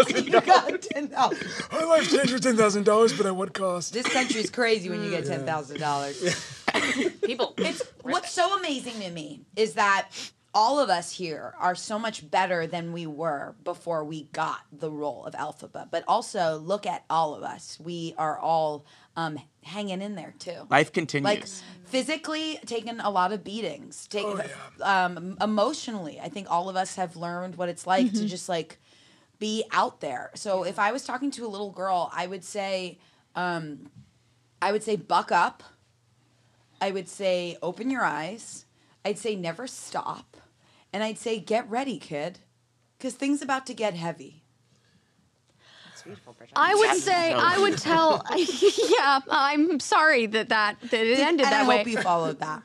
F: ten
D: you got ten dollars.
F: My life changed for ten thousand dollars, but at what cost?
D: This country's crazy when you get ten thousand dollars.
E: people. It's
D: What's so amazing to me is that all of us here are so much better than we were before we got the role of Alphaba. But also, look at all of us. We are all um, hanging in there too.
C: Life continues.
D: Like physically taking a lot of beatings, take, um, emotionally. I think all of us have learned what it's like
B: Mm-hmm.
D: to just like be out there. So if I was talking to a little girl, I would say, um, I would say, buck up. I would say, open your eyes. I'd say, never stop. And I'd say, get ready, kid, because things about to get heavy.
B: I would say I would tell. yeah, I'm sorry that that that it ended
D: and
B: that
D: I
B: way.
D: hope you followed that.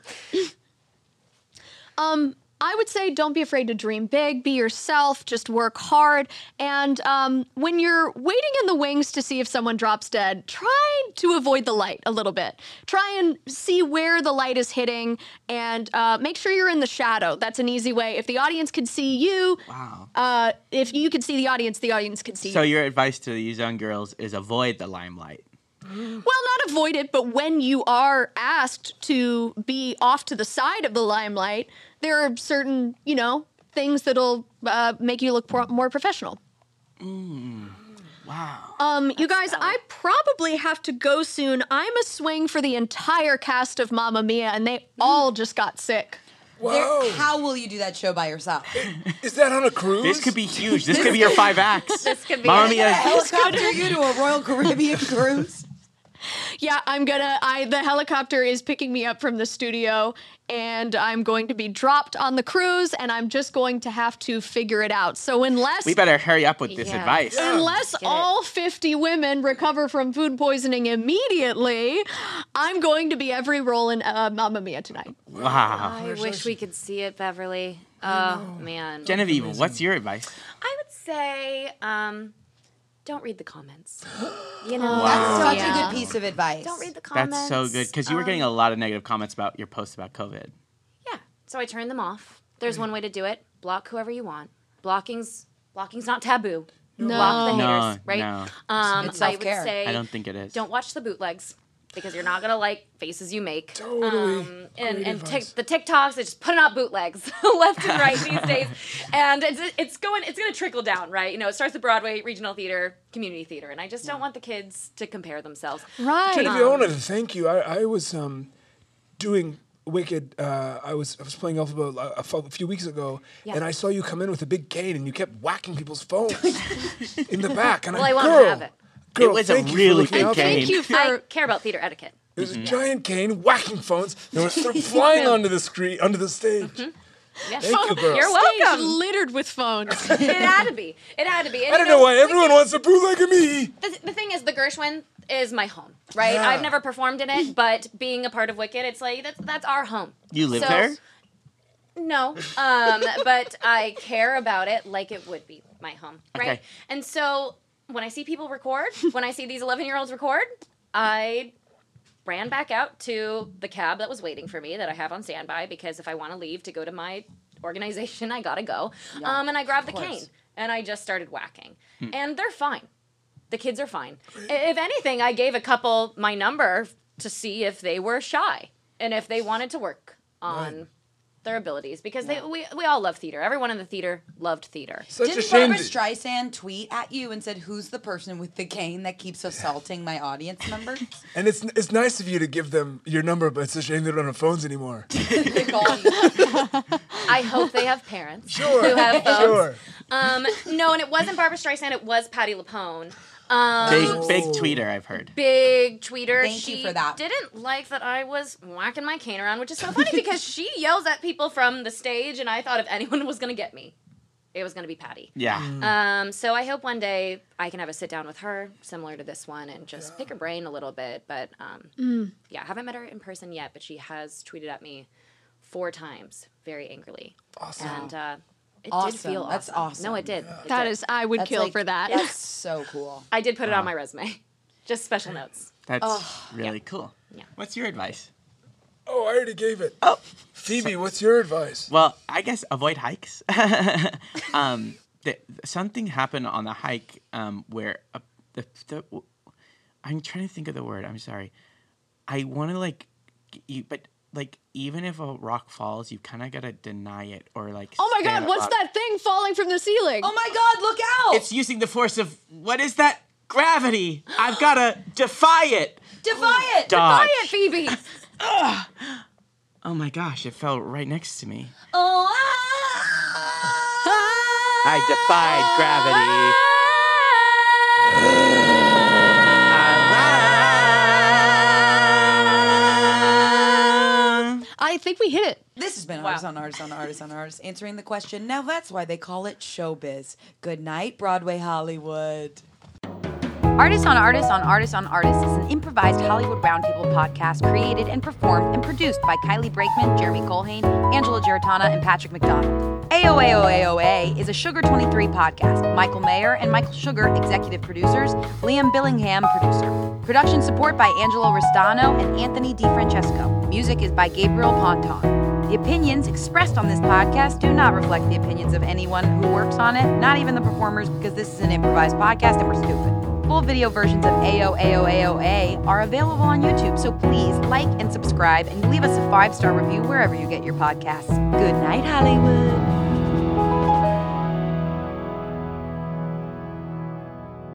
B: Um, I would say don't be afraid to dream big, be yourself, just work hard. And um, when you're waiting in the wings to see if someone drops dead, try to avoid the light a little bit. Try and see where the light is hitting and uh, make sure you're in the shadow. That's an easy way. If the audience could see you,
C: wow.
B: uh, if you could see the audience, the audience could see
C: So
B: you.
C: your advice to these young girls is avoid the limelight.
B: Well, not avoid it, but when you are asked to be off to the side of the limelight, there are certain, you know, things that'll uh, make you look pro- more professional.
C: Mm. Wow.
B: Um, you guys, I probably have to go soon. I'm a swing for the entire cast of Mamma Mia, and they all
C: Mm.
B: just got sick.
F: Wow.
D: How will you do that show by yourself?
F: Is that on a cruise?
C: This could be huge. This could be your five acts. uh,
E: This could be
C: Mamma
E: it.
C: Mia.
D: helicopter you to a Royal Caribbean cruise?
B: Yeah, I'm gonna. I the helicopter is picking me up from the studio, and I'm going to be dropped on the cruise and I'm just going to have to figure it out. So unless
C: We better hurry up with this
E: Yeah.
C: advice.
B: unless
E: it.
B: all 50 women recover from food poisoning immediately, I'm going to be every role in uh, Mamma Mia tonight.
C: Wow.
E: I wish we could see it, Beverly. Oh man.
C: Genevieve, what's your advice?
E: I would say, um, don't read the comments. You know,
D: That's such
B: Yeah.
D: a good piece of advice.
E: don't read the comments.
C: That's so good because you were getting a lot of negative comments about your post about COVID.
E: Yeah. So I turned them off.
C: Mm.
E: There's one way to do it. Block whoever you want. Blocking's blocking's not taboo. Block the
B: No.
E: haters,
C: No,
E: right?
C: no.
E: Um
D: It's
E: I would
D: self-care.
E: say
C: I don't think it is.
E: don't watch the bootlegs because you're not gonna like faces you make.
F: Totally.
E: Um, and and tic- the TikToks, they just putting out bootlegs left and right these days, and it's it's going it's gonna trickle down, right? You know, it starts with Broadway, regional theater, community theater, and I just don't want the kids to compare themselves.
B: Right.
F: Genevieve, I wanted to thank you. I, I was um, doing Wicked. Uh, I was I was playing Alphabet a, a fu- a few weeks ago, and I saw you come in with a big cane, and you kept whacking people's phones in the back. And
E: Well,
F: I'm
E: I wanted to
F: girl,
E: have it.
F: Girl,
C: It was a
F: thank you for
C: really
F: looking
C: big
F: out for me."
C: cane.
B: Thank you for
E: I care about theater etiquette.
F: It was a giant cane whacking phones. They were sort of flying onto the screen, onto the stage.
E: Mm-hmm. Yeah.
F: Thank you, girl.
E: You're
B: stage
E: welcome.
B: littered with phones.
E: it had to be. It had to be. And,
F: I
E: you
F: don't know why everyone wants a bootleg of me.
E: The, the thing is, the Gershwin is my home, right?
F: Yeah.
E: I've never performed in it, but being a part of Wicked, it's like that's that's our home.
C: You live
E: So-
C: there?
E: No, um, but I care about it like it would be my home, right?
C: Okay.
E: And so when I see people record, when I see these 11 year olds record, I ran back out to the cab that was waiting for me that I have on standby because if I want to leave to go to my organization, I gotta go. um, and I grabbed the cane and I just started whacking, and they're fine. The kids are fine. I- If anything, I gave a couple my number to see if they were shy and if they wanted to work on their abilities because they we, we all love theater. Everyone in the theater loved theater.
F: Such a
D: Didn't
F: shame.
D: Barbara
F: that-
D: Streisand tweet at you and said, "Who's the person with the cane that keeps assaulting my audience members?"
F: and it's it's nice of you to give them your number, but it's a shame they don't have phones anymore.
D: They call you.
E: I hope they have parents
F: Sure.
E: who have phones.
F: Sure.
E: Um, no, and it wasn't Barbara Streisand. It was Patty LaPone. Um,
C: Big,
F: Oh.
C: big tweeter, I've heard.
E: big tweeter.
D: Thank you
E: she
D: for that.
E: Didn't like that I was whacking my cane around, which is so funny because she yells at people from the stage, and I thought if anyone was gonna get me, it was gonna be Patty.
C: Yeah.
B: Uh,
E: Um, so I hope one day I can have a sit down with her, similar to this one, and just pick her brain a little bit. But um,
D: Mm.
E: yeah, I haven't met her in person yet, but she has tweeted at me four times, very angrily. Awesome. And uh, it did
D: Awesome.
E: feel awesome.
D: That's
E: No,
D: awesome.
E: it did. It
B: That
E: did.
B: is, I would
D: That's
B: kill
D: like-
B: for that.
D: That's so cool.
E: I did put it on my resume. Just special notes.
C: That's
B: oh.
C: really cool. What's your advice?
F: Oh, I already gave it.
C: Oh.
F: Phoebe, what's your advice?
C: Well, I guess avoid hikes. um, the, something happened on the hike um, where a, the, the, I'm trying to think of the word. I'm sorry. I want to like, g- you, but like even if a rock falls, you kind of gotta deny it or like.
B: Oh my
C: stand
B: God, what's
C: up.
B: that thing falling from the ceiling?
D: Oh my God! Look out!
C: It's using the force of what is that? Gravity. I've gotta defy it.
D: Defiant.
C: Dodge.
B: Quiet, Phoebe.
C: Oh my gosh! It fell right next to me.
D: Oh, ah.
C: I defied gravity.
B: I think we hit it.
D: This has been Artists on Artists on Artists on Artists answering the question. Now that's why they call it showbiz. Good night, Broadway Hollywood.
G: Artists on Artists on Artists on Artists is an improvised Hollywood roundtable podcast created and performed and produced by Kylie Brakeman, Jeremy Colhane, Angela Giratana, and Patrick McDonald. AOAOAOA is a Sugar 23 podcast. Michael Mayer and Michael Sugar, executive producers, Liam Billingham, producer. Production support by Angelo Restano and Anthony DiFrancesco. Music is by Gabriel Ponton. The opinions expressed on this podcast do not reflect the opinions of anyone who works on it, not even the performers, because this is an improvised podcast and we're stupid. Full video versions of AOAOAOA are available on YouTube, so please like and subscribe and leave us a five star review wherever you get your podcasts. Good night, Hollywood.